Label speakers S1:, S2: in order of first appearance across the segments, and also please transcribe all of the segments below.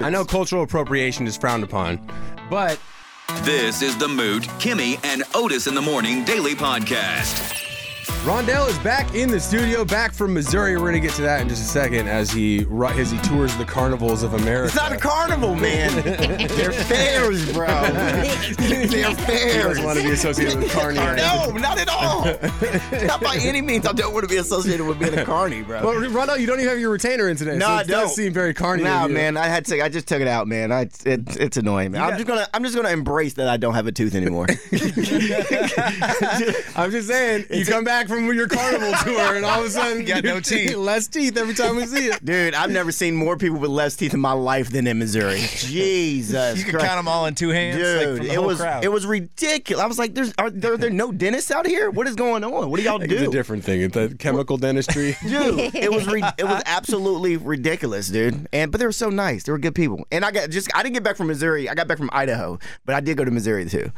S1: I know cultural appropriation is frowned upon, but
S2: This is the Moot, Kimmy, and Otis in the Morning Daily Podcast.
S1: Rondell is back in the studio, back from Missouri. We're gonna get to that in just a second as he ru- as he tours the carnivals of America.
S3: It's not a carnival, man. They're fairs, bro. They're
S1: He doesn't want
S3: fairs.
S1: to be associated with carny. or anything.
S3: No, not at all. Not by any means. I don't want to be associated with being a carny, bro.
S1: Well, Rondell, you don't even have your retainer in today.
S3: No,
S1: so it
S3: I don't.
S1: does seem very carny.
S3: Nah,
S1: of you.
S3: man, I had to. I just took it out, man. I, it's it's it's annoying, man. I'm just gonna I'm just gonna embrace that I don't have a tooth anymore.
S1: I'm just saying, you come back from your carnival tour, and all of a sudden, you
S3: got no teeth.
S1: less teeth every time we see it.
S3: Dude, I've never seen more people with less teeth in my life than in Missouri. Jesus,
S4: You could
S3: Christ.
S4: count them all in two hands. like,
S3: Dude,
S4: from the
S3: it
S4: whole
S3: was
S4: crowd.
S3: it was ridiculous. I was like, "There's are there, there no dentists out here? What is going on? What do y'all
S1: It's a
S3: do?"
S1: different thing. It's the chemical dentistry.
S3: dude. It was re- it was absolutely ridiculous, dude. And but they were so nice. They were good people. And I got just I didn't get back from Missouri. I got back from Idaho, but I did go to Missouri too.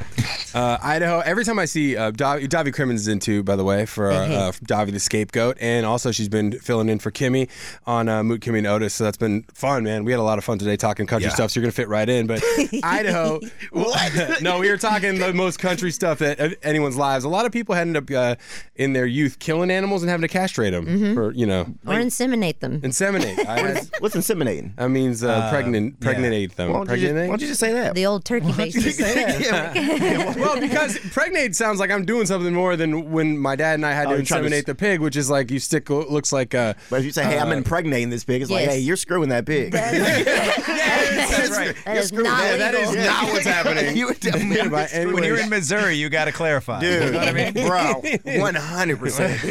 S1: Uh, Idaho. Every time I see uh, Davi, Davi Crimmins is in too, by the way, for uh, uh, for Davi the scapegoat, and also she's been filling in for Kimmy on uh, Moot Kimmy and Otis. So that's been fun, man. We had a lot of fun today talking country stuff. So you're gonna fit right in. But Idaho,
S3: What?
S1: no, we were talking the most country stuff that uh, anyone's lives. A lot of people ended up uh, in their youth killing animals and having to castrate them for you know
S5: or inseminate them.
S1: inseminate. I, had-
S3: What's inseminating?
S4: Oh,
S1: that means uh, pregnant, pregnate them.
S3: Why don't, you just, why don't
S1: Pregnate.
S3: you just say that?
S5: the old turkey basis.
S1: Well, because pregnate sounds like I'm doing something more than when my dad and I had
S3: Oh,
S1: to
S3: you're trying to
S1: inseminate
S3: s-
S1: the pig, which is like you stick looks like uh,
S3: But if you say, "Hey, I'm impregnating this pig," it's like,
S5: Yes.
S3: "Hey, you're screwing that pig."
S4: That's right.
S5: That is not
S3: Yeah,
S1: that is
S5: legal.
S1: not what's happening.
S3: you were telling me
S1: By
S3: I'm screwing
S1: any
S4: When you're
S1: way.
S4: in Missouri, you got to clarify. You know what I mean?
S3: Dude, bro, one hundred percent.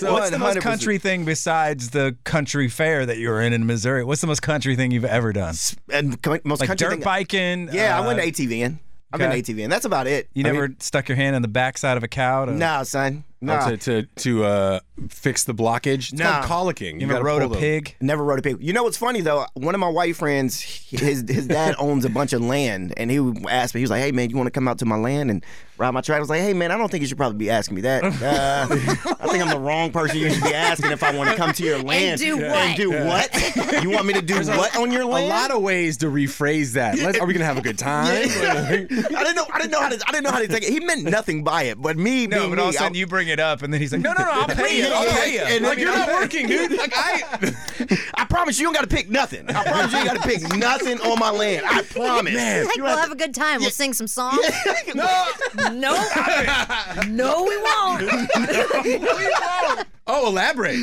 S4: What's the most country thing besides the country fair that you were in in Missouri? What's the most country thing you've ever done?
S3: and co- most
S4: Like
S3: country
S4: dirt
S3: thing-
S4: biking.
S3: Yeah, I
S4: uh,
S3: went to ATVN. I went to ATVN. That's about it.
S4: You
S3: I
S4: never
S3: mean,
S4: stuck your hand on the backside of a cow? To,
S3: nah, son. Nah.
S1: Oh, to to, to uh, fix the blockage. It's
S3: Nah.
S1: called colicking.
S4: You ever
S1: gotta
S4: rode a
S1: pull them.
S4: pig?
S3: Never rode a pig. You know what's funny though? One of my white friends, his his dad owns a bunch of land, and he asked me. He was like, "Hey man, you want to come out to my land and ride my tractor?" I was like, "Hey man, I don't think you should probably be asking me that. Uh, I think I'm the wrong person you should be asking if I want to come to your land
S5: do
S3: And do what? You want me to do what on your
S1: A
S3: land?
S1: lot of ways to rephrase that. Let's, are we gonna have a good time?
S3: I didn't know. I didn't know how to. I didn't know how to take it. He meant nothing by it, but me.
S4: No,
S3: being
S4: but all of
S3: me,
S4: a
S3: I-
S4: sudden you bring it up, and then he's like, "No, no, no, I'll pay
S3: Yeah,
S4: you. I'll
S3: yeah,
S4: pay
S3: yeah.
S4: you."
S3: And
S4: Like,
S3: then-
S4: you're not working.
S1: working, dude. Like I,
S3: I promise you, you don't got to pick nothing. I promise you, you got to pick nothing on my land. I promise.
S5: Like, we'll have a good time. We'll sing some songs. No. no, we won't.
S1: oh, elaborate.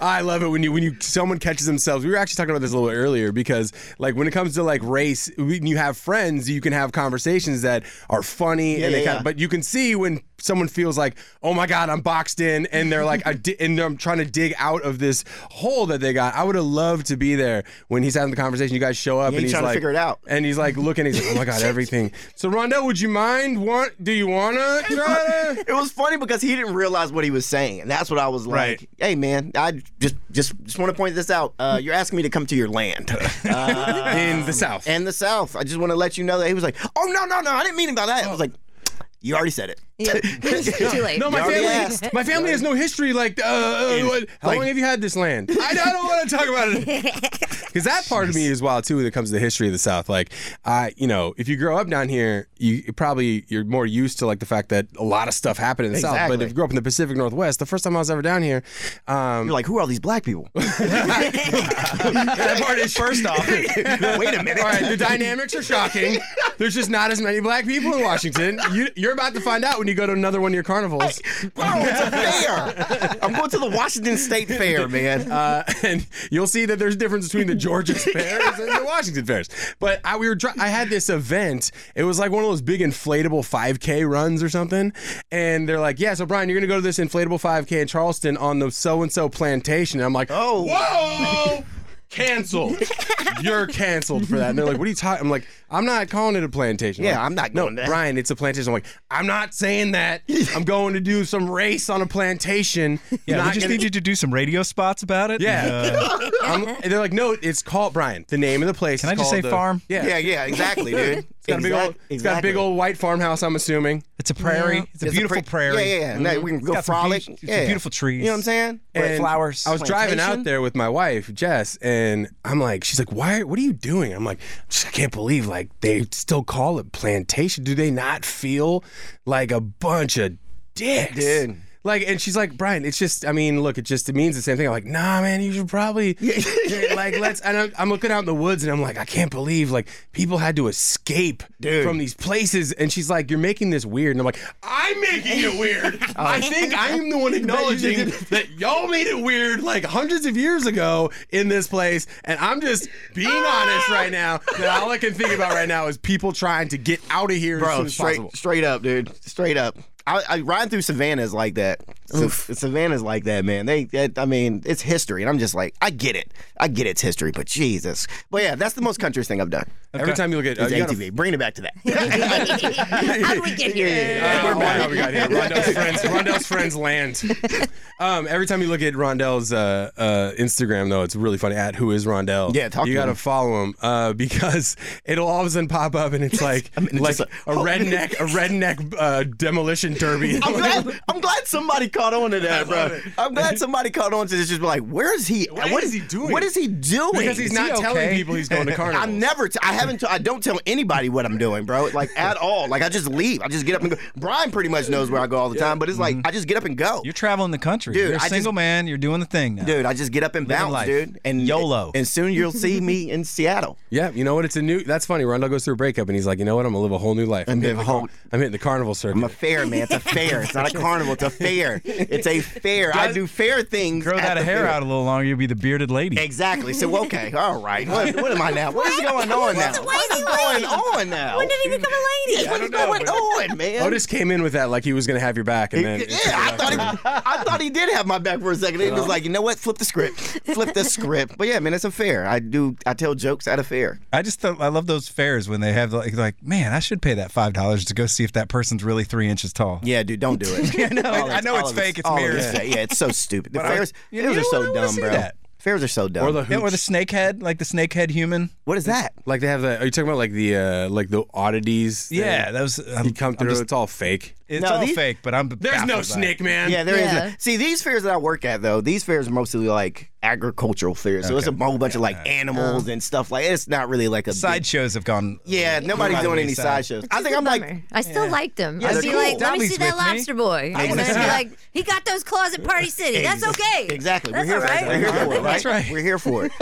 S1: I love it when you when you someone catches themselves. We were actually talking about this a little earlier because like when it comes to like race, when you have friends, you can have conversations that are funny and they kind
S3: yeah, yeah.
S1: of, but you can see when someone feels like, "Oh my god, I'm boxed in," and they're like I di- and I'm trying to dig out of this hole that they got. I would have loved to be there when he's having the conversation. You guys show up
S3: Yeah,
S1: and
S3: he's
S1: he's
S3: trying to
S1: like
S3: figure it out.
S1: And he's like looking, he's like, "Oh my god, everything." So Rondell, would you mind want do you want to try to
S3: It was funny because he didn't realize what he was saying, and that's what I was like.
S4: Right.
S3: Hey, man, I just just just want to point this out. Uh, you're asking me to come to your land uh,
S1: in the south?
S3: and the South. I just want to let you know that he was like, "Oh no, no, no, I didn't mean about that." I was like, "You already said it."
S5: Yep. Too late.
S1: No, my
S3: You already
S1: family,
S3: asked.
S1: my family has no history. Like, uh, uh, what, how
S3: like-
S1: long have you had this land? I, I don't want to talk about it. Because that part of me is wild too when it comes to the history of the South. Like, I, you know, if you grow up down here, you probably you're more used to like the fact that a lot of stuff happened in the South. But
S3: Exactly.
S1: if you grew up in the Pacific Northwest, the first time I was ever down here, um,
S3: You're like, "Who are all these black people?"
S4: That part is first off.
S3: Wait a minute.
S1: All right, the dynamics are shocking. There's just not as many black people in Washington. You, you're about to find out when you go to another one of your carnivals.
S3: Bro, it's a fair. I'm going to the Washington State Fair, man.
S1: uh, and you'll see that there's a difference between the Georgia fairs and the Washington fairs. But I we were dri- I had this event. It was like one of those big inflatable 5K runs or something. And they're like, "Yeah, so Brian, you're gonna go to this inflatable 5K in Charleston on the so and so plantation." And I'm like,
S3: Oh.
S1: whoa." Canceled. You're canceled for that. And they're like, "What are you talking?" I'm like, "I'm not calling it a plantation."
S3: Yeah,
S1: Like,
S3: I'm not
S1: No,
S3: going there."
S1: Brian, it's a plantation. I'm like, I'm not saying that. I'm going to do some race on a plantation.
S4: Yeah,
S1: Not
S4: we just
S1: gonna-
S4: need you to do some radio spots about it.
S1: yeah.
S4: Uh,
S1: I'm- and they're like, no, it's called Brian. The name of the place.
S4: Can
S1: is
S4: I
S1: called
S4: just say
S1: the-
S4: farm?
S1: Yeah.
S3: yeah, yeah, exactly, dude.
S1: It's got, a big old, it's got a big old white farmhouse, I'm assuming.
S4: It's a prairie. It's a beautiful prairie.
S3: Yeah, yeah, yeah. Now
S1: Mm-hmm.
S3: we can go
S4: got some
S3: frolic.
S4: beach- some
S3: yeah.
S4: beautiful trees.
S3: You know what I'm saying?
S4: Red
S1: And
S4: flowers.
S1: I was driving
S3: plantation?
S1: out there with my wife, Jess, and I'm like, she's like, why? What are you doing? I'm like, "Just- I can't believe like they still call it plantation. Do they not feel like a bunch of dicks?
S3: Dude.
S1: Like, and she's like, Brian, it's just, I mean, look, it just it means the same thing. I'm like, nah, man, you should probably, like, let's. And I'm, I'm looking out in the woods, and I'm like, I can't believe, like, people had to escape from these places. And she's like, you're making this weird. And I'm like, I'm making it weird. I think I am the one acknowledging that y'all made it weird, like, hundreds of years ago in this place. And I'm just being honest right now. That all I can think about right now is people trying to get out of here as soon
S3: Bro,
S1: as
S3: straight,
S1: possible.
S3: straight up, dude. Straight up. I, I ride through savannas like that. Sa- savannas like that, man. They, that, I mean, it's history, and I'm just like, I get it. I get it's history, but Jesus. But yeah, that's the most country thing I've done.
S1: Every time you look at uh,
S3: It's
S1: you gotta-
S3: ATV. Bring it back to that.
S5: How did we get here?
S1: Uh, oh, I know we got here. Rondell's friends. Rondell's friends land. Um, every time you look at Rondell's uh, uh, Instagram, though, it's really funny. At who is Rondell?
S3: Yeah, talk
S1: you
S3: to
S1: gotta
S3: him.
S1: follow him uh, because it'll all of a sudden pop up, and it's like like
S3: just Oh, like,
S1: a redneck, a redneck uh, demolition derby.
S3: I'm glad, I'm glad somebody caught on to that, bro. I'm glad somebody caught on to this. Just be like, where is he?
S1: What is he doing?
S3: What is he doing?
S1: because he's
S3: Is
S1: not
S3: he
S1: telling
S4: okay?
S1: people he's going to carnival.
S3: I never. T- I haven't. T- I don't tell anybody what I'm doing, bro. Like at all. Like I just leave. I just get up and go. Brian pretty much knows where I go all the time, but it's like I just get up and go.
S4: Mm-hmm. You're traveling the country.
S3: Dude,
S4: You're a
S3: I just-
S4: single man. You're doing the thing now.
S3: dude, I just get up and bounce,
S4: life.
S3: dude. And
S4: YOLO.
S3: And soon you'll see me in Seattle.
S1: Yeah, you know what? It's a new. That's funny. Rondell goes through a breakup, and he's like, you know what? I'm gonna live a whole new life. I'm,
S3: And
S1: hitting
S3: then
S1: the,
S3: whole.
S1: I'm hitting the carnival
S3: I'm a
S1: circuit.
S3: fair man. It's a fair. It's not a carnival. It's a fair. It's a fair. I do fair things.
S4: Grow
S3: at
S4: that
S3: the
S4: hair
S3: fair.
S4: out a little longer. You'll be the bearded lady.
S3: Exactly. So okay. All right. What, what am I now? What is going on now?
S5: What's a
S3: What is
S5: lady
S3: going
S5: lady?
S3: on now?
S5: When did he become a lady?
S3: What is going on,
S4: Oh,
S3: man?
S1: Otis came in with that like he was gonna have your back, and then
S3: yeah, I thought, he, I thought he did have my back for a second. He was like, you know what? Flip the script. Flip the script. But yeah, man, it's a fair. I do. I tell jokes at a fair.
S4: I just thought, I love those fairs when they have like, like man, I should pay that five dollars to go see if that person's really three inches tall.
S3: Yeah, dude, don't do it.
S4: no,
S3: All
S4: I know
S3: all
S4: it's
S3: of
S4: fake, it's
S3: all of
S4: mirrors.
S3: fake. Yeah, it's so stupid. The
S4: I-
S3: fairs,
S4: you
S3: fairs
S4: know
S3: are so
S4: what? I wanna
S3: dumb,
S4: see
S3: bro.
S4: that.
S3: Fairs are so dumb.
S1: or the
S4: Yeah, or the
S1: hooch.
S4: snake head, like the snake head human.
S3: what is that?
S1: Like they have the. Are you talking about like the uh like the oddities? thing?
S4: Yeah, that was. I'm,
S1: you come
S4: I'm
S1: through.
S4: just-
S1: it's all fake.
S4: it's
S3: No,
S4: all
S3: these-
S4: fake, but I'm. baffled by it.
S1: man.
S3: Yeah, there is.
S5: Yeah.
S3: no- See, these fairs that I work at though, these fairs are mostly like agricultural fairs. So it's a whole bunch of like animals and stuff like. It's not really like a big-
S4: Sideshows have gone.
S3: Yeah, nobody's
S4: by the
S3: doing any
S4: wayside.
S3: sideshows. I think I'm like,
S5: I still liked him.
S3: Yeah,
S5: I'd
S3: they're
S5: be
S3: cool.
S5: like, let me
S4: Dobby's
S5: see that
S4: with me.
S5: lobster boy. And
S3: wanna
S5: then I'd
S3: see
S5: be
S3: that.
S5: like, he got those claws at Party City. That's okay.
S3: exactly.
S5: That's
S3: We're
S5: all
S3: here
S5: right.
S3: for it. We're here for it.
S4: That's right.
S3: We're here for it.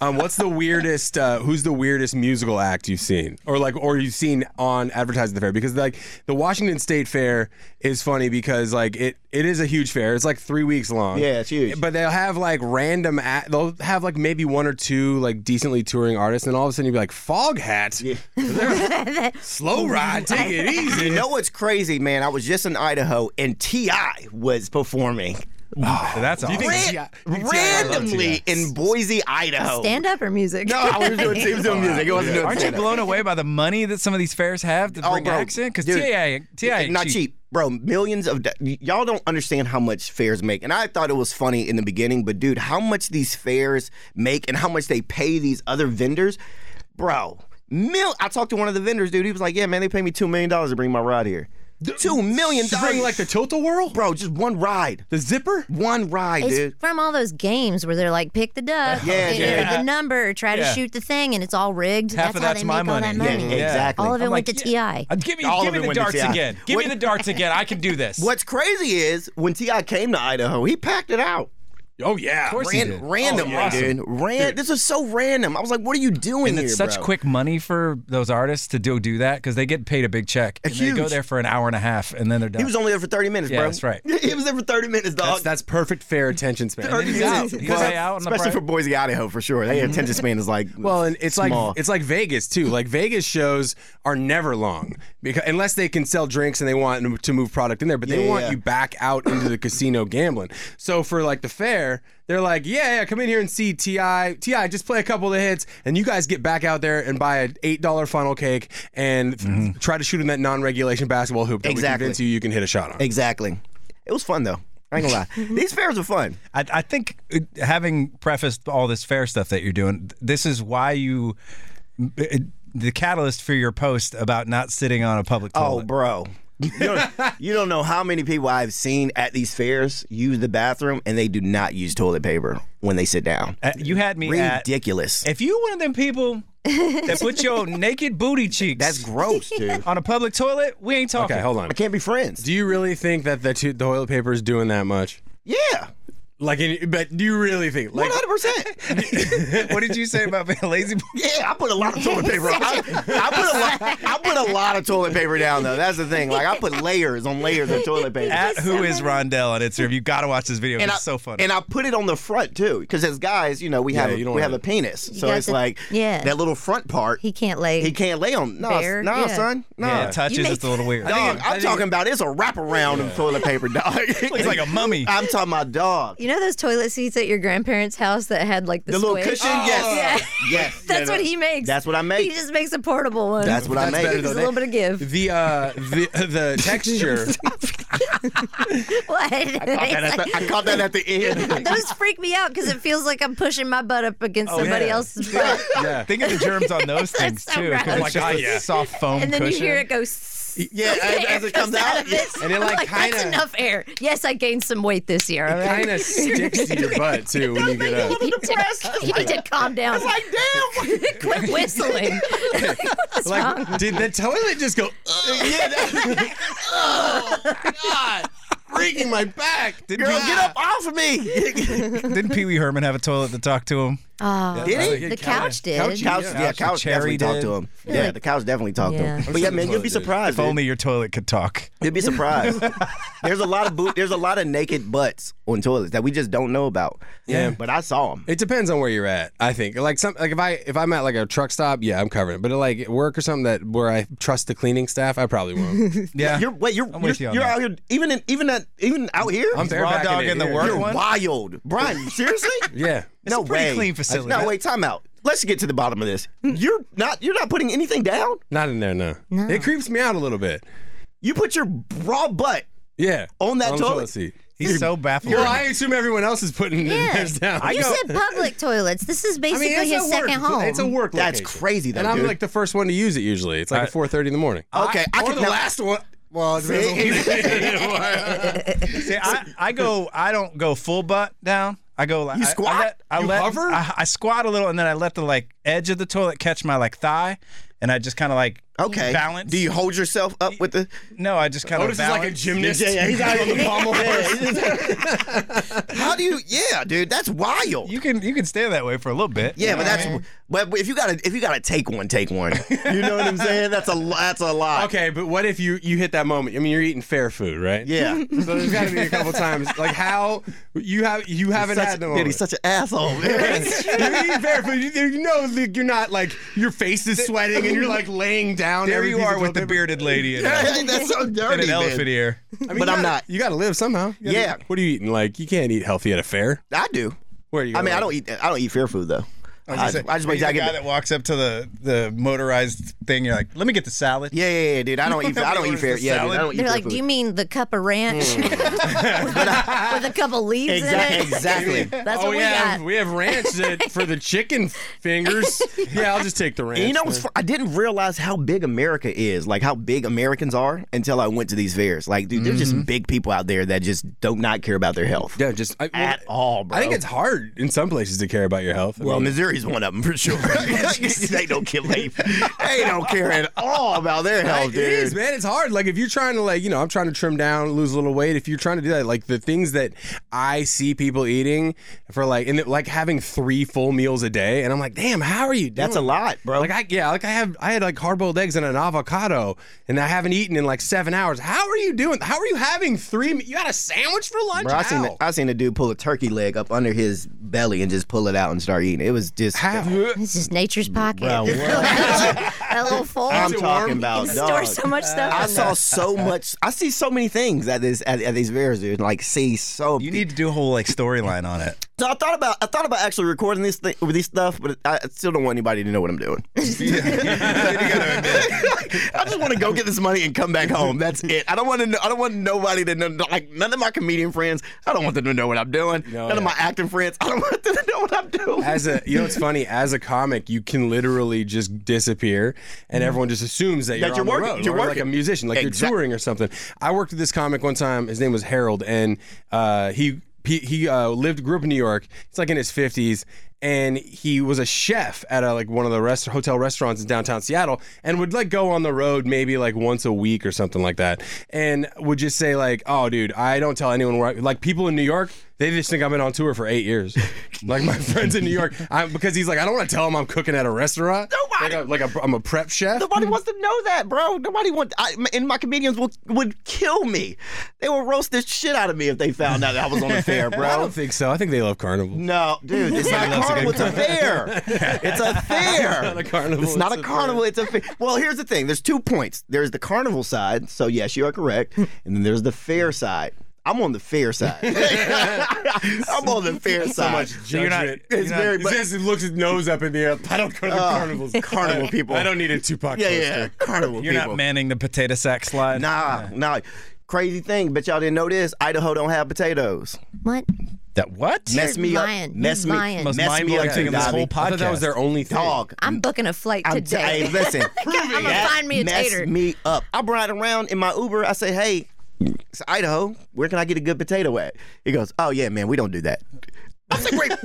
S1: Um, what's the weirdest? Uh, who's the weirdest musical act you've seen, or like, or you've seen on advertised at the fair? Because like the Washington State Fair is funny because like it it is a huge fair. It's like three weeks long.
S3: Yeah, it's huge.
S1: But they'll have like random. a they'll have like maybe one or two like decently touring artists, and all of a sudden you'll be like, Fog Hat. They're- Slow ride. Take it easy.
S3: You know what's crazy, man? I was just in Idaho and T.I. was performing
S4: That's all.
S1: think-
S3: Ran-
S1: T.I. I love
S3: randomly in Boise, Idaho.
S5: Stand up or music?
S3: No, I was doing, he was doing music. It wasn't doing
S4: Aren't you
S3: stand-up.
S4: blown away by the money that some of these fairs have to
S3: Oh,
S4: bring
S3: bro.
S4: accent? Because
S3: Dude,
S4: TIA, TIA ain't
S3: not cheap. Bro, millions of do- y- y'all don't understand how much fairs make, and I thought it was funny in the beginning, but dude, how much these fairs make and how much they pay these other vendors, bro. Mil- I talked to one of the vendors, dude. He was like, "Yeah, man, they pay me two million dollars to bring my ride here. Two million
S1: To
S3: dollars,
S1: bring like the tilt a whirl,
S3: bro, just one ride,
S1: the zipper.
S3: one ride,
S5: It's
S3: dude.
S5: from all those games where they're like, pick the duck,
S3: Yeah,
S5: you
S3: yeah.
S5: know, the number, try
S4: Yeah.
S5: to shoot the thing, and it's all rigged.
S4: Half
S5: that's
S4: of
S5: how
S4: that's
S5: they
S4: my
S5: make all that
S4: money.
S5: money.
S3: Yeah, exactly.
S5: All of it
S4: I'm
S5: went
S4: like,
S5: to
S4: yeah.
S5: TI.
S4: Uh, Give me,
S3: All
S4: give
S3: of
S4: me
S3: it
S4: the
S3: went to
S4: darts
S3: TI.
S4: again. Give me
S3: What-
S4: the darts again. I can do this.
S3: What's crazy is when Ti came to Idaho, he packed it out.
S1: Oh yeah.
S4: course he did.
S3: Ran- randomly,
S4: Oh, awesome.
S3: dude. Ran- This is so random. I was like, "What are you doing?"
S4: And it's
S3: here,
S4: such
S3: bro?
S4: quick money for those artists to do do that because they get paid a big check. And They go
S3: huge.
S4: there for an hour and a half and then they're done.
S3: He was only there for 30 minutes,
S4: Yeah,
S3: bro.
S4: that's right.
S3: he was there for 30 minutes, dog.
S1: That's, that's perfect fair attention span.
S4: And he's out. He's way out on the Mm-hmm.
S3: Especially for
S4: private-
S3: Boise, Idaho, for sure. Their attention span is like
S1: Well, and it's
S3: small.
S1: like it's like Vegas too. Like Vegas shows are never long because unless they can sell drinks and they want to move product in there, but they
S3: Yeah,
S1: want
S3: yeah.
S1: you back out into the casino gambling. So for like the fair, they're like, yeah, yeah, come in here and see Ti. Ti, just play a couple of hits, and you guys get back out there and buy an eight dollar funnel cake and try to shoot in that non-regulation basketball hoop that
S3: Mm-hmm. Exactly.
S1: we convince you you can hit a shot on.
S3: exactly. It was fun though. I ain't gonna lie. These fairs are fun.
S4: I, I think uh, having prefaced all this fair stuff that you're doing, this is why you. It, the catalyst for your post about not sitting on a public
S3: Oh,
S4: toilet.
S3: bro. You don't, you don't know how many people I've seen at these fairs use the bathroom and they do not use toilet paper when they sit down.
S4: Uh, you had me at.
S3: Ridiculous.
S4: If you one of them people that put your naked booty cheeks
S3: That's gross, dude.
S4: on a public toilet, we ain't talking.
S1: Okay, hold on.
S3: I can't be friends.
S1: Do you really think that the two, the toilet paper is doing that much?
S3: yeah.
S1: Like, in, but do you really think? Like,
S3: 100%.
S4: what did you say about being a lazy? boy?
S3: Yeah, I put a lot of toilet paper. on. I, I put a lot. I put a lot of toilet paper down though. That's the thing. Like I put layers on layers of toilet paper.
S4: At who is Rondell on Instagram? You gotta watch this video.
S3: and
S4: it's
S3: I,
S4: so funny.
S3: And I put it on the front too, because as guys, you know, we have
S1: you
S3: a,
S1: don't
S3: we
S1: wanna-
S3: have a penis, so
S5: got
S3: it's
S5: the-
S3: like
S5: yeah.
S3: that little front part.
S5: He
S3: He,
S5: can't lay.
S3: can't lay on. No,
S5: Bare,
S3: no,
S5: yeah.
S3: son, no.
S4: yeah, it touches.
S5: You make-
S4: It's a little weird.
S3: Dog, I'm talking about it's a wraparound of toilet paper, dog.
S4: Looks like a mummy.
S3: I'm talking about dog.
S5: You know those toilet seats at your grandparents' house that had like the,
S3: The little
S5: squid? Oh.
S3: cushion, yes, yes.
S5: That's what he makes.
S3: That's what I make.
S5: He just makes a portable one.
S3: That's what I make.
S5: There's a little bit of give.
S1: the uh, the the texture.
S5: What?
S3: And I,
S5: It's like-
S3: I caught that at the end.
S5: Those freak me out because it feels like I'm pushing my butt up against
S3: Oh,
S5: somebody
S4: yeah.
S5: else's butt.
S1: yeah.
S4: Think of the germs on those things
S5: so
S4: too.
S5: gross.
S4: 'cause it's
S1: Oh
S4: just
S1: my God,
S4: a
S1: yeah.
S4: soft foam
S5: And then
S4: cushion.
S5: you hear it go. "Sss."
S1: Yeah,
S5: The
S1: as-
S5: air
S1: as it comes out,
S5: of it.
S1: and it,
S5: I'm
S1: like,
S5: that's
S1: kinda-
S5: enough air. Yes, I gained some weight this year. All right.
S1: Kind of sticks to your butt too when you get up.
S5: You need to- you need to calm down.
S3: like, damn.
S5: Quit whistling. What's wrong?
S1: Like, did the toilet just go? "Ugh,
S3: yeah, that, "Oh,
S1: Freaking my back.
S4: Didn't,
S3: girl,
S4: Pee-
S3: get up off of me.
S4: didn't Pee Wee Herman have a toilet to talk to him?
S5: Oh,
S3: Did he?
S5: the couch did.
S3: Couch,
S1: Yeah.
S3: yeah,
S4: Couch,
S3: couch,
S4: the
S3: definitely
S4: cherry
S3: talked
S4: did.
S3: to him. Yeah, the couch definitely talked
S5: Yeah.
S3: to him. But yeah,
S1: sure
S3: man,
S1: the
S3: you'll be
S1: toilet did.
S3: surprised.
S4: If
S3: dude.
S4: only your toilet could talk.
S3: You'll be surprised. there's a lot of boot. There's a lot of naked butts on toilets that we just don't know about.
S1: Yeah.
S3: but I saw them.
S1: It depends on where you're at. I think like some like if I if I'm at like a truck stop, yeah, I'm covering. it. But like at work or something that where I trust the cleaning staff, I probably won't.
S4: Yeah.
S3: You're wait, you're
S4: I'm
S3: you're,
S4: with you on
S3: you're
S4: that.
S3: out here even in, even at even out here.
S1: I'm
S4: raw
S1: barebacking
S4: dog
S1: it
S4: in the
S1: here.
S4: work
S3: You're
S4: one?
S3: wild, Brian. you Seriously?
S1: Yeah.
S3: no
S4: a pretty
S3: way.
S4: clean facility.
S3: No, wait, time out. Let's get to the bottom of this. You're not you're not putting anything down.
S1: Not in there, no. It creeps me out a little bit.
S3: You put your raw butt
S1: Yeah.
S3: On that
S1: the
S3: toilet?
S1: seat.
S4: He's so baffled.
S1: Well, I assume everyone else is putting theirs down.
S5: You said public toilets. This is
S1: I
S5: basically
S1: mean, it's
S5: his
S1: a
S5: second
S1: work,
S5: home.
S1: It's a work.
S3: That's
S1: location.
S3: crazy, though,
S1: And I'm
S3: dude. Oh,
S1: like the first one to use it usually. It's like at 4:30 in the morning.
S3: Okay, I
S1: or
S3: can-
S1: the
S3: now-
S1: last one. Well, it depends on what day.
S4: See, I, I go. I don't go full butt down. I go like
S3: You
S4: I-
S3: squat?
S4: I, let, I
S1: You
S4: let-
S1: hover?
S4: I, I squat a little, and then I let the like edge of the toilet catch my like thigh, and I just kind of like
S3: Okay.
S4: balance.
S3: Do you hold yourself up with the?
S4: No, I just kind of
S1: Otis Oh, is like a gymnast. Yeah, he's out on the pommel
S3: How do you? Yeah, dude, that's wild.
S4: You can you can stay that way for a little bit.
S3: yeah, but that's but if you gotta if you gotta take one, take one. You know what I'm saying? That's a lo- that's a lot.
S1: Okay, but what if you you hit that moment? I mean, you're eating fair food, right?
S3: Yeah.
S1: So there's got to be a couple times like how you have you haven't
S3: Such-
S1: had the
S3: dude,
S1: moment.
S3: he's such an asshole. man.
S1: you're eating fair food. You, you know that you're not like your face is sweating and you're like laying down.
S4: There
S1: every
S4: you
S1: piece of
S4: are with the
S1: toilet paper.
S4: bearded lady and, a-
S3: that's so dirty.
S4: and an
S3: man.
S4: elephant ear.
S1: I mean,
S3: But
S1: you
S3: I'm
S1: gotta-
S3: not.
S1: You got to live somehow. You gotta-
S3: Yeah.
S1: What are you eating? Like you can't eat healthy at a fair.
S3: I do.
S1: Where are you?
S3: I mean,
S1: going?
S3: I don't eat I don't eat fair food though. I, I just wait till
S4: the
S3: I
S4: guy
S3: get.
S4: that walks up to the the motorized thing. You're like, let me get the salad.
S3: Yeah, yeah, yeah, dude. I don't eat. I don't eat fair.
S4: Everybody
S3: Yeah, dude, I
S4: orders
S3: don't eat
S5: They're
S3: fair
S5: like,
S3: food.
S5: do you mean the cup of ranch
S1: Mm.
S5: with a couple leaves
S3: Exac-
S5: in it?
S3: exactly.
S5: That's
S1: oh,
S5: what we
S1: yeah,
S5: got.
S1: we have ranch that, for the chicken fingers. Yeah, I'll just take the ranch.
S3: And you know, what's fu- I didn't realize how big America is, like how big Americans are, until I went to these fairs. Like, dude, there's just big people out there that just do not care about their health
S1: Mm-hmm. yeah, just I,
S3: at all, bro.
S1: I think it's hard in some places to care about your health. I
S3: well,
S1: mean,
S3: Missouri's one of them for sure. they don't care. They, they don't care at all about their health,
S1: it
S3: dude.
S1: is, man. It's hard. Like if you're trying to like, you know, I'm trying to trim down, lose a little weight. If you're trying to do that, like the things that I see people eating for like, and like having three full meals a day, and I'm like, damn, how are you? Doing?
S3: That's a lot, bro.
S1: Like I yeah, like I have I had like hard boiled eggs and an avocado, and I haven't eaten in like seven hours. How are you doing? How are you having three? You had a sandwich for lunch?
S3: Bro, I seen
S1: How?
S3: I seen a dude pull a turkey leg up under his belly and just pull it out and start eating. It was just
S1: How?
S5: It's just nature's pocket.
S3: Bro, what?
S5: that little fold.
S3: I'm
S5: You
S3: talking
S5: can
S3: about
S5: store
S3: dog.
S5: so much stuff.
S3: I
S5: in
S3: saw so much. I see so many things at this at, at these fairs, dude. Like see so
S4: You need to do a whole like storyline on it.
S3: So I thought about I thought about actually recording this thing with this stuff, but I still don't want anybody to know what I'm doing. I just want to go get this money and come back home. That's it. I don't want to. Know, I don't want nobody to know. Like none of my comedian friends. I don't want them to know what I'm doing.
S1: No,
S3: none of
S1: yeah.
S3: my acting friends. I don't want them to know what I'm doing.
S1: As a, you know, it's funny. As a comic, you can literally just disappear, and everyone just assumes that you're,
S3: Mm-hmm. you're
S1: on the
S3: working,
S1: road,
S3: you're
S1: or like
S3: working.
S1: a musician, like
S3: Exact-
S1: you're touring or something. I worked with this comic one time. His name was Harold, and uh, he he, he uh, lived grew up in New York. He's like in his fifties, and he was a chef at a, like one of the rest- hotel restaurants in downtown Seattle, and would like go on the road maybe like once a week or something like that, and would just say like, "Oh, dude, I don't tell anyone where I, like people in New York." They just think I've been on tour for eight years. Like my friends in New York, I, because he's like, I don't want to tell him I'm cooking at a restaurant.
S3: Nobody-
S1: Like, a, like a, I'm a prep chef.
S3: Nobody wants to know that, bro. Nobody want. I, and my comedians will, would kill me. They would roast the shit out of me if they found out that I was on a fair, bro.
S1: I don't think so. I think they love carnival.
S3: No, dude, it's not a
S4: loves a
S3: carnival.
S4: good
S3: It's a fair. It's a fair.
S1: not a carnival,
S3: It's not
S1: it's
S3: a
S1: a
S3: carnival. It's a fair. Well, here's the thing. There's two points. There's the carnival side. So yes, you are correct. And then there's the fair side. I'm on the fair side. I'm on the fair side.
S4: So you're not- you're
S1: it's
S4: not-
S1: very. He just looks his nose up in the air. I don't go to carnivals.
S3: Ah, carnival people.
S1: I don't need a Tupac.
S3: Yeah,
S1: poster.
S3: yeah. Carnival
S4: You're
S3: people.
S4: not manning the potato sack slide.
S3: Nah, nah. Crazy thing, bet y'all didn't know this. Idaho don't have potatoes.
S5: What?
S4: That what?
S3: Mess me
S5: lying.
S3: up. Mess
S5: You're
S3: me.
S5: lying.
S4: Most
S3: mess me
S4: mind-blowing
S3: up.
S4: thing
S3: Too,
S4: in this whole
S3: Dobby.
S1: I thought that was
S4: podcast.
S1: their only thing.
S3: Dog.
S5: I'm booking a flight
S3: I'm t-
S5: today.
S3: hey, listen.
S5: I'ma
S3: that
S5: find me a
S3: messed
S5: tater.
S3: me up. I'm riding around in my Uber. I say, hey, it's Idaho. Where can I get a good potato at? He goes, oh, yeah, man, we don't do that. I was like, wait.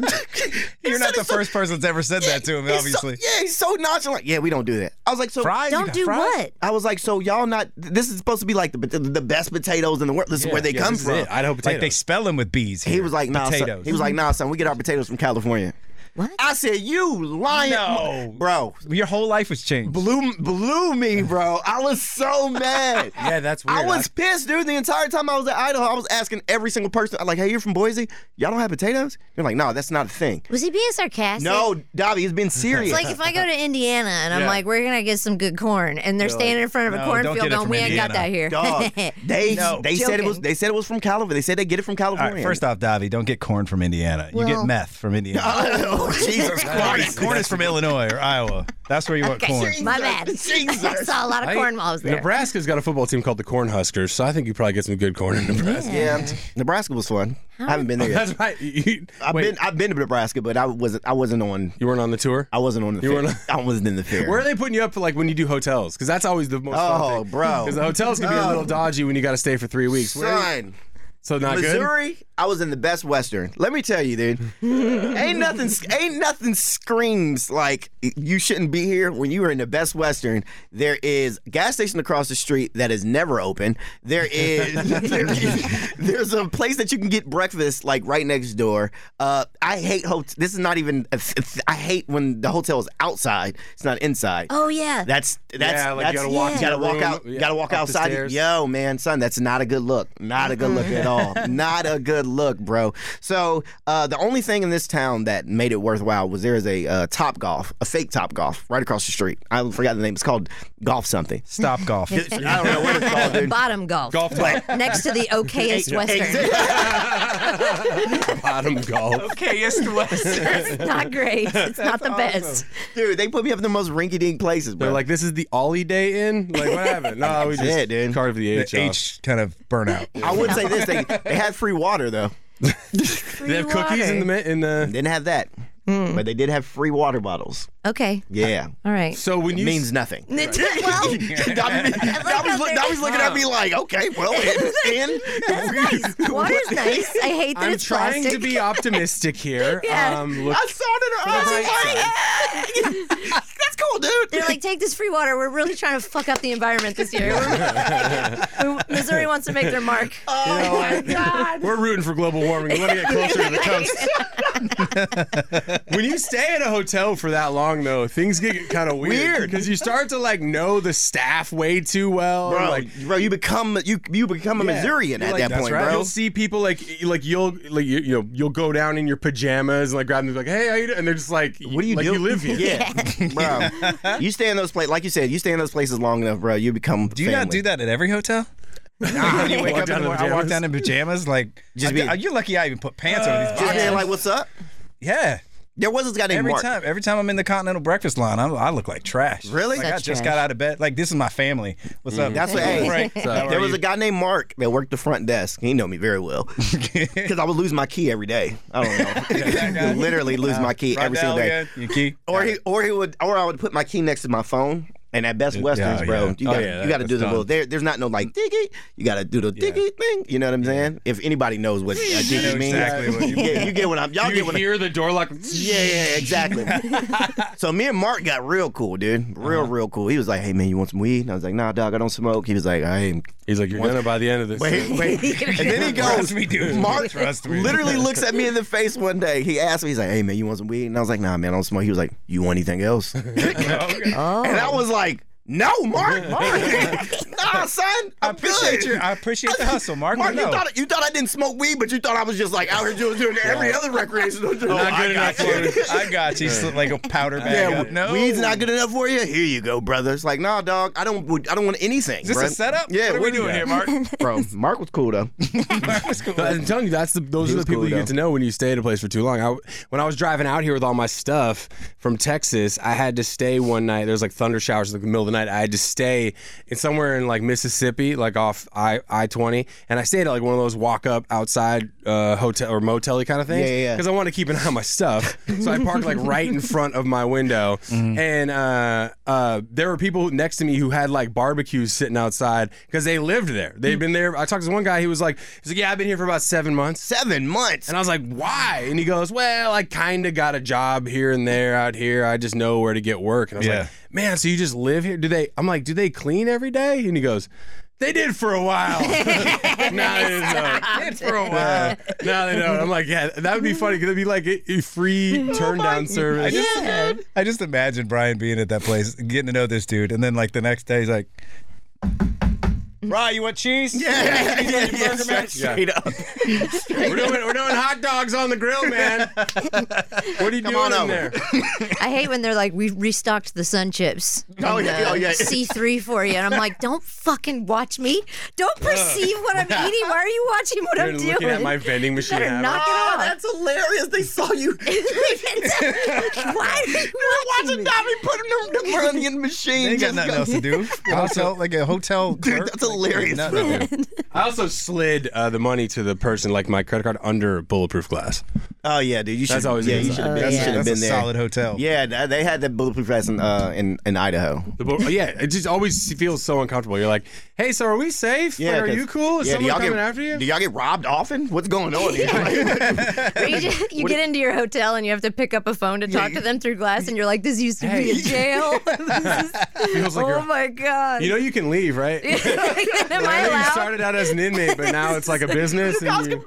S4: You're not the first person that's ever said that to him, obviously.
S3: yeah, he's so nonchalant. Yeah, we don't do that. I was like, so.
S4: Fries? You
S5: Don't
S4: got
S5: do
S4: fries?
S5: what?
S3: I was like, so y'all not. This is supposed to be like the the, the best potatoes in the world. This is
S1: Yeah,
S3: where they
S1: yeah,
S3: come
S1: this is
S3: from.
S1: it. Idaho potatoes.
S4: Like they spell him with B's.
S3: He
S4: here.
S3: was like, nah, son.
S4: potatoes.
S3: He was like, nah, son. We get our potatoes from California.
S5: What?
S3: I said, you lying,
S4: No.
S3: bro.
S4: Your whole life was changed.
S3: blew blew me, bro. I was so mad.
S1: Yeah, that's
S3: I
S1: weird.
S3: was pissed, dude. The entire time I was at Idaho, I was asking every single person, I'm like, "Hey, you're from Boise? Y'all don't have potatoes?" You're like, "No, that's not a thing."
S5: Was he being sarcastic?
S3: No, Dobby, it's been serious.
S5: It's like if I go to Indiana and I'm
S1: Yeah.
S5: like, where can I get some good corn? And they're standing in front of a
S4: "No, don't get
S5: cornfield
S4: it
S5: going,
S4: from
S5: we ain't got that here.
S3: Dog, they
S4: No.
S3: they said it was
S5: Joking.
S3: they said it was from California. They said they get it from
S4: All
S3: California.
S4: right, first off, Davi, don't get corn from Indiana. you
S5: Well-
S4: get meth from Indiana.
S3: oh, Jesus
S4: corn,
S3: Christ.
S4: is, corn is from Illinois or Iowa. That's where you want
S5: Okay,
S4: corn.
S5: my bad.
S3: Jesus.
S5: I saw a lot of
S1: I-
S5: corn while I was there.
S1: Nebraska's got a football team called the Cornhuskers, so I think you probably get some good corn in Nebraska.
S3: Yeah, Nebraska was fun. I haven't been there yet.
S1: That's right. You, you-
S3: I've
S1: wait,
S3: been I've been to Nebraska, but I wasn't I wasn't on
S1: you weren't on the tour.
S3: I wasn't on the
S1: You
S3: fair.
S1: were not-
S3: I wasn't in the fair.
S1: Where are they putting you up for like when you do hotels? Because that's always the most.
S3: Oh, bro.
S1: Because the hotels can be a little dodgy when you got to stay for three weeks. Where-
S3: Son,
S1: so not good.
S3: Missouri, I was in the best Western. Let me tell you, dude. ain't nothing, ain't nothing screams like you shouldn't be here when you are in the best Western. There is a gas station across the street that is never open. There is, there's a place that you can get breakfast like right next door. Uh, I hate hot. This is not even. I hate when the hotel is outside. It's not inside.
S5: Oh, yeah.
S3: That's that's
S1: Yeah, like you
S3: that's,
S1: gotta walk
S5: to
S3: gotta
S1: your
S3: walk
S1: room,
S3: out,
S1: yeah,
S3: gotta walk
S1: up the
S3: outside.
S1: stairs.
S3: Yo, man, son, that's not a good look. Not a good look at all. Not a good look, bro. So uh, the only thing in this town that made it worthwhile was there is a uh, Top Golf, a fake Top Golf, right across the street. I forgot the name. It's called Golf something.
S4: Stop golf.
S3: I don't know what it's called, dude.
S5: Bottom golf.
S1: Golf top,
S5: Next to the okayest Western.
S1: bottom golf.
S4: okay, yes,
S5: That's not great. It's not the best.
S3: Dude, they put me up in the most rinky-dink places, bro.
S1: They're like, this is the Ollie Day Inn. Like, what happened? No, we just
S3: Yeah, dude.
S1: carved the H.
S4: The
S1: H
S4: H kind of burnout.
S3: I would say this: they, they had free water though.
S1: they have cookies in the mi- in the.
S3: Didn't have that, but they did have free water bottles.
S5: Okay.
S3: Yeah.
S5: All right.
S1: So when you
S3: It means nothing.
S5: well,
S3: Dobby, Dobby's, look, Dobby's looking at me like, okay, well, and
S5: that's nice. Water's nice. I hate that
S1: I'm
S5: it's
S1: trying to
S5: plastic.
S1: be optimistic here.
S5: Yeah.
S1: Um, look,
S3: I saw it in her eyes. I'm like, that's cool, dude.
S5: They're like, take this free water. We're really trying to fuck up the environment this year. We're- Missouri wants to make their mark.
S1: you know, like, we're rooting for global warming. Let me get closer to the coast. When you stay at a hotel for that long, though, things get kind of weird
S3: Weird.
S1: because you start to like know the staff way too well.
S3: bro,
S1: like,
S3: bro, you become you you become a
S1: "Oh yeah.
S3: Missourian
S1: You're
S3: at
S1: like,
S3: that
S1: "That's
S3: point,
S1: right."
S3: bro.
S1: You'll see people like like you'll like you, you know you'll go down in your pajamas and like grab them and be like, hey, how you doing? And they're just like,
S3: What do you
S1: like,
S3: do?
S1: You live here.
S3: Yeah, bro. You stay in those places, like you said, you stay in those places long enough, bro. You become.
S4: Do you not do that at every hotel? Nah, you wake
S1: Walk
S4: up
S1: down in
S4: in the morning, I walk
S1: pajamas?
S4: down in pajamas. Like,
S3: Just
S4: I-
S3: being-
S4: I- you're lucky I even put pants on these
S3: Just
S4: boxers.
S3: being like, what's up?
S4: yeah.
S3: There was this guy named
S4: Every
S3: Mark.
S4: time, every time I'm in the continental breakfast line, I'm, I look like trash.
S3: Really? Mm.
S4: Like, I
S5: Such
S4: just
S5: trash.
S4: got out of bed. Like this is my family. What's up?
S3: That's what- hey.
S4: Frank, how
S3: There
S4: are
S3: was
S4: you?
S3: a guy named Mark that worked the front desk. He know me very well because I would lose my key every day. I don't know,
S4: guy.
S3: literally lose my key every single day.
S4: Rondell, yeah, Your key.
S3: Or he, or he would, or I would put my key next to my phone. And at Best Westerns,
S4: yeah.
S3: bro, you
S1: Oh,
S3: got
S1: yeah,
S3: you got to
S1: that's
S3: do the
S1: dumb.
S3: little. There, there's not no like diggy. You got to do the diggy thing. You know what I'm saying? If anybody knows what a diggy
S4: know
S3: means,
S4: exactly what
S3: you
S4: you
S3: get. You get what I'm. Y'all get what. I-
S1: hear the door lock.
S3: yeah, yeah, exactly. so me and Mark got real cool, dude. Real,
S4: Uh-huh.
S3: real cool. He was like, "Hey man, you want some weed?" And I was like, "Nah, dog, I don't smoke." He was like, "I ain't."
S1: He's like, you're gonna by the end of this.
S3: Wait, wait. and then he goes,
S4: Trust me, dude.
S3: Mark
S4: Trust me.
S3: literally looks at me in the face one day. He asked me, he's like, hey man, you want some weed? And I was like, nah, man, I don't smoke. He was like, you want anything else? And I was like, no, Mark, Mark. nah, son.
S4: I
S3: I'm
S4: appreciate
S3: good.
S4: your, I appreciate the hustle, Mark.
S3: Mark,
S4: but
S3: you
S4: no.
S3: thought, you thought I didn't smoke weed, but you thought I was just like out here doing, doing every other recreational Oh, drug.
S1: Not good enough for me.
S4: I got you. Slipped like a powder bag.
S3: Yeah,
S4: up. no.
S3: weed's not good enough for you. Here you go, brother. It's like, nah, dog. I don't. I don't want anything.
S4: Is this
S3: bro.
S4: a setup?
S3: Yeah,
S4: What are we doing here, Mark?
S3: bro? Mark was cool though.
S1: I'm telling you, that's the those
S3: He
S1: are the
S3: was
S1: people
S3: cool,
S1: you
S3: though.
S1: get to know when you stay at a place for too long. I, when I was driving out here with all my stuff from Texas, I had to stay one night. There was like thunder showers in the middle of the night. I had to stay in somewhere in like Mississippi, like off I I twenty, and I stayed at like one of those walk up outside uh, hotel or motel kind of things.
S3: Yeah, yeah, yeah.
S1: Because I wanted to keep an eye on my stuff, so I parked like right in front of my window,
S3: Mm-hmm.
S1: and uh, uh, there were people next to me who had like barbecues sitting outside because they lived there.
S3: Mm.
S1: They'd been there. I talked to one guy. He was like, he's like, yeah, I've been here for about seven months.
S3: Seven months.
S1: And I was like, why? And he goes, well, I kind of got a job here and there out here. I just know where to get work. And I was
S4: Yeah.
S1: like, man, so you just live here? Do they? I'm like, do they clean every day? And he goes, they did for a while. now they don't. Did for a while. Now they don't. I'm like, yeah, that would be funny because it'd be like a, a free turn down
S4: I
S1: service.
S4: just, I just imagine Brian being at that place, getting to know this dude, and then like the next day he's like, "Brian, you want cheese?
S3: yeah, yeah, yeah, straight,
S1: Yeah.
S3: straight up.
S1: We're doing, we're doing hot dogs on the grill, man. What are you doing
S3: on
S1: in
S3: over.
S1: there?
S5: I hate when they're like, we restocked the sun chips.
S3: Oh, yeah, oh, yeah.
S5: C three for you, and I'm like, don't fucking watch me. Don't perceive what I'm eating. Why are you watching what
S1: You're
S5: I'm
S1: looking
S5: doing?
S1: at my vending machine.
S5: Better
S1: app.
S5: knock
S3: Oh,
S5: it off.
S3: that's hilarious. They saw you.
S5: Why are you watching me?
S3: Watching Tommy putting the, the money in the machine.
S4: They ain't got
S3: Just
S4: nothing
S3: go-
S4: else to do. Hotel, like a hotel.
S3: Dude,
S4: clerk,
S3: that's
S4: like,
S3: hilarious,
S4: nothing to do.
S1: I also slid uh, the money to the person, like my credit card, under bulletproof glass.
S3: Oh yeah, dude. You should.
S1: That's always
S3: yeah.
S1: good.
S3: You should have
S5: Oh,
S3: been,
S5: yeah.
S3: you should have
S4: That's a
S3: been there.
S4: solid hotel.
S3: Yeah, th- they had that bulletproof vest in, uh, in in Idaho.
S1: The bu- oh, yeah, it just always feels so uncomfortable. You're like, hey, so are we safe?
S3: Yeah,
S1: Like, are
S3: 'cause-
S1: you cool? Is
S3: yeah, do
S1: someone
S3: y'all
S1: coming
S3: get,
S1: after you?
S3: Do y'all get robbed often? What's going on here?
S5: Or you just- you get into your hotel and you have to pick up a phone to talk to them through glass, and you're like, this used to be a jail. This is-
S1: Feels like
S5: oh
S1: you're,
S5: my god.
S1: you know you can leave, right?
S5: Am I
S1: I know you
S5: allowed?
S1: started out as an inmate, but now it's like a business. and you,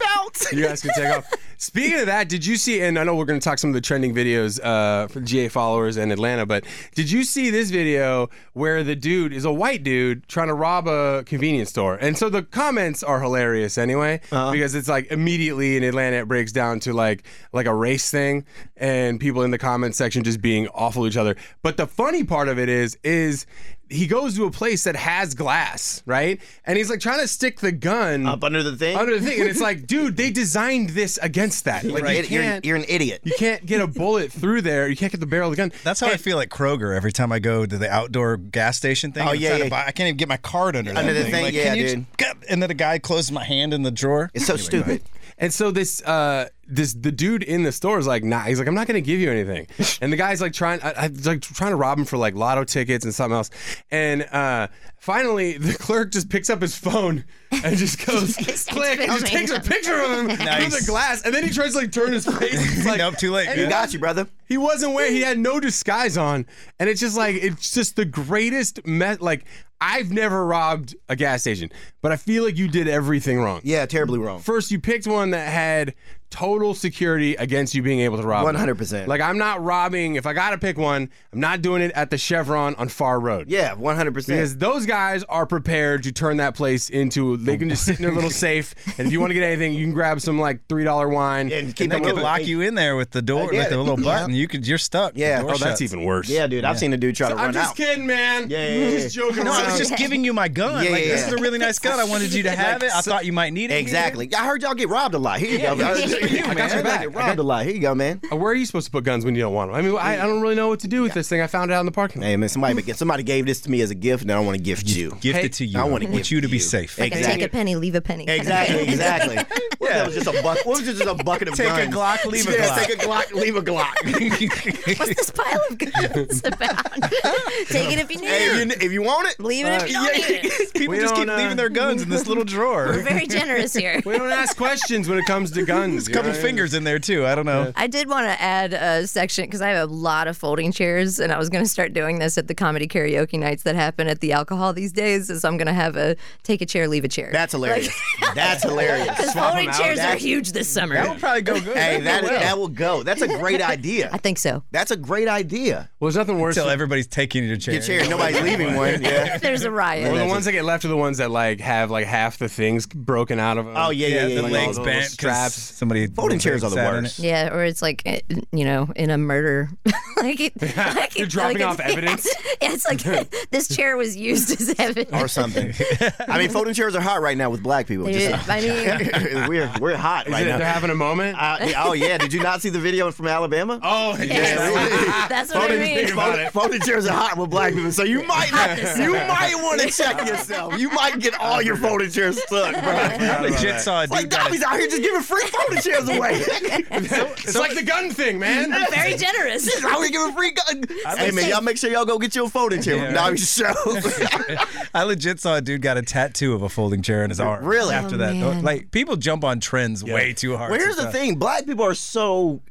S1: you guys can take off. Speaking of that, did you see? And I know we're going to talk some of the trending videos uh, for GA followers in Atlanta, but did you see this video where the dude is a white dude trying to rob a convenience store? And so the comments are hilarious anyway,
S3: Uh-huh.
S1: because it's like immediately in Atlanta it breaks down to like like a race thing, and people in the comment section just being awful to each other. But the funny part of it is is he goes to a place that has glass, right? And he's like trying to stick the gun
S3: Up under the thing.
S1: under the thing, and it's like, dude, they designed this against that. Like
S3: Right,
S1: you
S3: you're, you're,
S1: can't,
S3: you're an idiot.
S1: you can't get a bullet through there. You can't get the barrel of the gun.
S4: That's how I feel like Kroger every time I go to the outdoor gas station thing.
S3: Oh,
S4: I'm
S3: yeah,
S4: trying to
S3: yeah.
S4: buy- I can't even get my card under,
S3: Under
S4: that
S3: the thing,
S4: Like,
S3: yeah,
S4: can you
S3: dude.
S4: just- and then the guy closes my hand in the drawer.
S3: It's so stupid.
S1: And so this, uh, this the dude in the store is like, nah. He's like, I'm not gonna give you anything. And the guy's like trying, I, I was like trying to rob him for like lotto tickets and something else. And uh, finally, the clerk just picks up his phone and just goes click and just
S5: filming.
S1: takes a picture of him through
S4: Nice.
S1: the glass. And then he tries to like turn his face. It's like,
S4: nope, too late.
S3: You
S4: man.
S3: got you, brother.
S1: He wasn't wearing. He had no disguise on, and it's just like it's just the greatest. Met like I've never robbed a gas station, but I feel like you did everything wrong.
S3: Yeah, terribly wrong.
S1: First, you picked one that had total security against you being able to rob. me.
S3: 100%.
S1: Like I'm not robbing. If I gotta pick one, I'm not doing it at the Chevron on Far Road.
S3: Yeah, 100%.
S1: Because those guys are prepared to turn that place into they can just sit in their little safe, and if you want to get anything, you can grab some like three dollar wine.
S3: and
S4: And
S3: keep
S4: they
S3: it
S4: could
S3: moving.
S4: lock you in there with the door,
S3: get
S4: with the
S3: it.
S4: little
S3: Yeah.
S4: button. You could, you're stuck. The
S3: Yeah.
S4: door
S1: oh, that's
S4: shuts.
S1: even worse.
S3: Yeah, dude, I've seen a dude try to
S1: I'm
S3: run
S1: just
S3: out.
S1: kidding, man.
S3: Yeah,
S1: I'm
S3: yeah, yeah.
S1: just joking
S4: No, I
S1: around.
S4: was just giving you my gun.
S3: Yeah,
S4: like,
S3: yeah,
S4: this
S3: yeah.
S4: is a really nice gun. I wanted you to have it. I thought you might need it.
S3: Exactly. I heard y'all get robbed a lot. Here you go. man.
S5: this is for you,
S3: I
S1: man.
S3: got your back.
S1: I
S3: Get
S1: got-
S3: robbed a lot. Here you go, man.
S1: Uh, Where are you supposed to put guns when you don't want them? I mean, I, I don't really know what to do with this thing. I found it out in the parking lot.
S3: Hey, man, somebody somebody gave this to me as a gift, and I want to gift you.
S4: Gift it to you.
S3: I wanna
S4: want
S3: give
S4: you to be
S3: you.
S4: safe.
S3: Hey,
S5: Like a
S3: Exactly.
S5: take a penny, leave a penny. kind of
S3: Exactly,
S5: thing.
S3: exactly. What if
S4: Yeah.
S3: that was just a buck. What if it was just a bucket of
S4: Take a
S3: guns?
S4: Glock, leave a
S3: Yeah,
S4: Glock.
S3: Take a Glock, leave a Glock.
S5: What's this pile of guns about? Take it if you need
S3: hey, if
S5: it.
S3: you, Uh, if you want it,
S5: Leave it if you don't need it.
S4: People
S1: We
S4: just keep
S1: don't, uh,
S4: leaving their guns in this little
S5: We're
S4: drawer.
S5: very generous here.
S1: We don't ask questions when it comes to guns.
S4: There's a
S1: you
S4: couple
S1: know what I mean?
S4: fingers in there too. I don't know.
S5: I did want to add a section because I have a lot of folding chairs, and I was going to start doing this at the comedy karaoke nights that happen at the alcohol these days. Is I'm going to have a take a chair, leave a chair.
S3: that's hilarious. That's hilarious.
S5: Because
S1: swap 'em
S5: folding
S1: out.
S5: chairs are
S3: That's-
S5: huge this summer.
S4: That would probably go good.
S3: hey, that that will go. That's a great idea.
S5: I think so.
S3: That's a great idea.
S1: Well, there's nothing worse.
S4: Until
S1: than
S4: everybody's taking your chair.
S3: Your chair, nobody's leaving one. Yeah.
S5: There's a riot.
S1: well, the ones that get left are the ones that like have like half the things broken out of them.
S3: Oh yeah, yeah, yeah.
S4: The
S3: yeah.
S4: legs
S1: all those
S4: bent. 'cause
S1: straps.
S4: Somebody.
S3: Folding chairs are the
S4: sat in
S3: worst.
S4: it.
S5: Yeah, or it's like eh, you know, in a murder, like, it, like
S1: You're
S5: it-
S1: dropping
S5: like
S1: off
S5: it's-
S1: evidence?
S5: Yeah, it's like this chair was used as evidence.
S3: or something. I mean, folding chairs are hot right now with black people.
S5: Dude,
S3: Just-
S5: I mean,
S3: we're we're hot
S1: Is
S3: right
S1: it- they're
S3: now.
S1: having a moment.
S3: Uh, oh yeah, did you not see the video from Alabama?
S1: oh
S5: that's what I mean.
S3: Folding, folding chairs are hot with black people, so you might not, you might want to check yourself. You might get all your folding chairs stuck,
S4: I
S3: bro.
S4: legit saw a dude.
S3: Like
S4: got a-
S3: Dolly's out here just giving free folding chairs away.
S1: It's like the gun thing, man.
S5: I'm very generous.
S3: She's out here giving free gun. Hey man,
S5: say-
S3: y'all make sure y'all go get your folding chair.
S4: Yeah,
S3: Yeah,
S4: right.
S3: Dolly's show.
S4: I legit saw a dude got a tattoo of a folding chair in his arm.
S3: Really?
S4: After
S5: Oh,
S4: that,
S5: man.
S4: like people jump on trends way too hard.
S3: Well, here's the
S4: sometimes.
S3: thing: black people are so.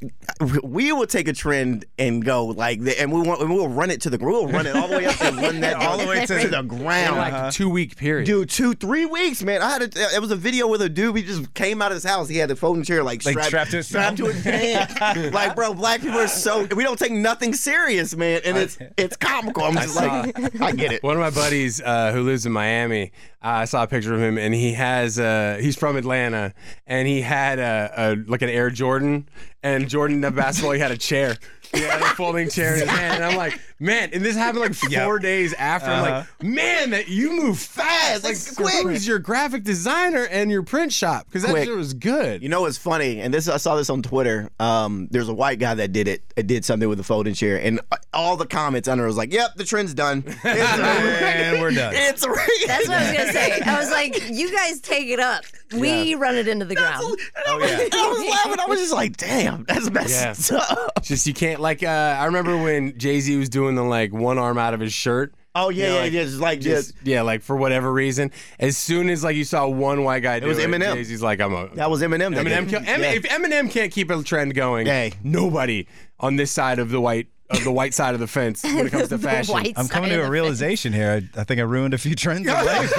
S3: We will take a trend and go like, the- and we want, and we'll run it to the, we'll run it all the way up and run that
S4: All the way to-
S3: to the ground.
S1: Like two week period.
S3: Dude, two, three weeks, man. I had a, it was a video with a dude. He just came out of his house. He had the folding chair like,
S4: Like, strapped
S3: strapped
S4: to his
S3: strapped to his pants. like, bro, black people are so we don't take nothing serious, man. And it's it's comical. I'm just like, I get it.
S1: One of my buddies uh, who lives in Miami, uh, I saw a picture of him, and he has uh, he's from Atlanta, and he had a, a like an Air Jordan, and Jordan the basketball, he had a chair, he had a folding chair in his hand, and I'm like, man, and this happened like four days after. I'm like, man, that you move fast, like
S3: Like,
S1: quick.
S3: Uh-huh. quick.
S1: Who's your graphic designer and your print shop? Because that
S3: Quick.
S1: shit was good.
S3: You know what's funny? And this I saw this on Twitter. Um, there's a white guy that did it. It did something with a folding chair, and uh, all the comments under it was like, "Yep, the trend's done. It's
S4: And we're done.
S3: It's a
S5: That's what I was gonna say. I was like, you guys take it up. We run it into the ground.
S3: Oh, yeah. I was laughing. I was just like, "Damn, that's messed up."
S1: It's just you can't like. Uh, I remember when Jay Z was doing the like one arm out of his shirt.
S3: Oh yeah, yeah,
S1: like-
S3: yeah, just like
S1: Just,
S3: just
S1: yeah, like for whatever reason, as soon as like you saw one white guy, do
S3: was Eminem.
S1: Jay-Z's like, I'm a
S3: That was Eminem. that
S1: Eminem.
S3: did
S1: Kill,
S3: it.
S1: Em,
S3: Yeah.
S1: If Eminem can't keep a trend going,
S3: Hey.
S1: nobody on this side of the white of the white side of the fence when it comes to
S5: The
S1: fashion.
S5: white
S4: I'm coming
S5: side
S4: to
S5: of
S4: a
S5: the-
S4: realization here. I, I think I ruined a few trends. already.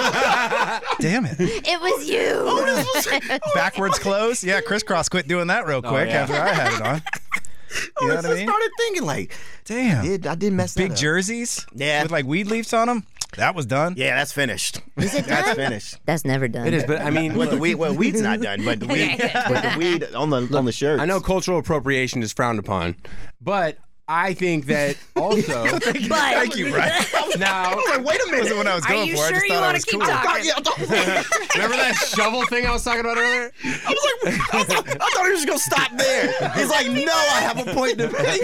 S4: Damn it.
S5: It was
S3: Oh,
S5: you.
S4: Backwards clothes. Yeah, crisscross quit doing that
S3: Oh,
S4: real quick
S1: yeah.
S4: after I had it on. You know what I
S3: I
S4: mean?
S3: started thinking like,
S4: Damn.
S3: did I did mess that
S4: Big
S3: up.
S4: jerseys.
S3: Yeah.
S4: With like weed leafs on them. That was done.
S3: Yeah, that's finished. Is it that's finished.
S5: That's never done.
S1: It is, but I mean,
S3: But the weed, well, weed's not done, but the weed, but the weed on the on the shirt.
S1: I know cultural appropriation is frowned upon, but I think that also
S5: But
S4: Thank you, Brian.
S1: now.
S3: Wait a minute.
S4: That's what I was
S5: Are
S4: going
S5: you
S4: for. I
S5: sure
S4: just
S5: you
S4: thought I
S5: want
S4: was
S5: to keep
S4: cool.
S5: talking?
S3: Oh, I thought,
S1: Remember that shovel thing I was talking about earlier?
S3: I was like, I thought, I thought he was just gonna stop there. He's like, no, I have a point to make.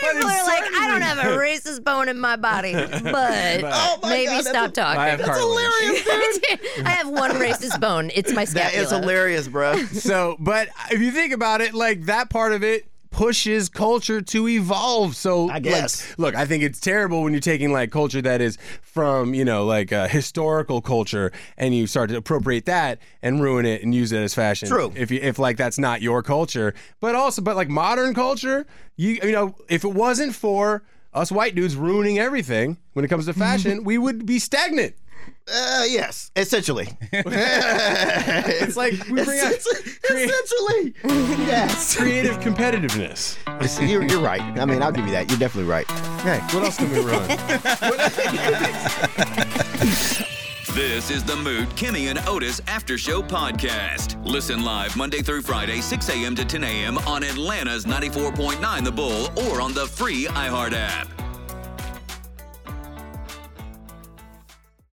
S5: People are like, I don't have a racist bone in my body, but
S3: Oh my
S5: maybe
S3: God, that's
S5: stop
S3: a-
S5: talking.
S1: I have cartilage.
S5: I have one racist bone. It's my scapula.
S3: That is hilarious, bro.
S1: So, but if you think about it, like that part of it pushes culture to evolve. So,
S3: I guess.
S1: like, look, I think it's terrible when you're taking like culture that is from you know like uh, historical culture and you start to appropriate that and ruin it and use it as fashion.
S3: True.
S1: If you if like that's not your culture, but also but like modern culture, you you know if it wasn't for us white dudes ruining everything when it comes to fashion, we would be stagnant.
S3: Uh, yes, essentially.
S1: It's like we bring out
S3: essentially, yes.
S1: creative competitiveness.
S3: You're, you're right. I mean, I'll give you that. You're definitely right.
S1: Hey, what else can we run?
S2: This is the Moot, Kimmy, and Otis After Show Podcast. Listen live Monday through Friday, 6 a.m. to 10 a.m. on Atlanta's 94.9 The Bull or on the free iHeart app.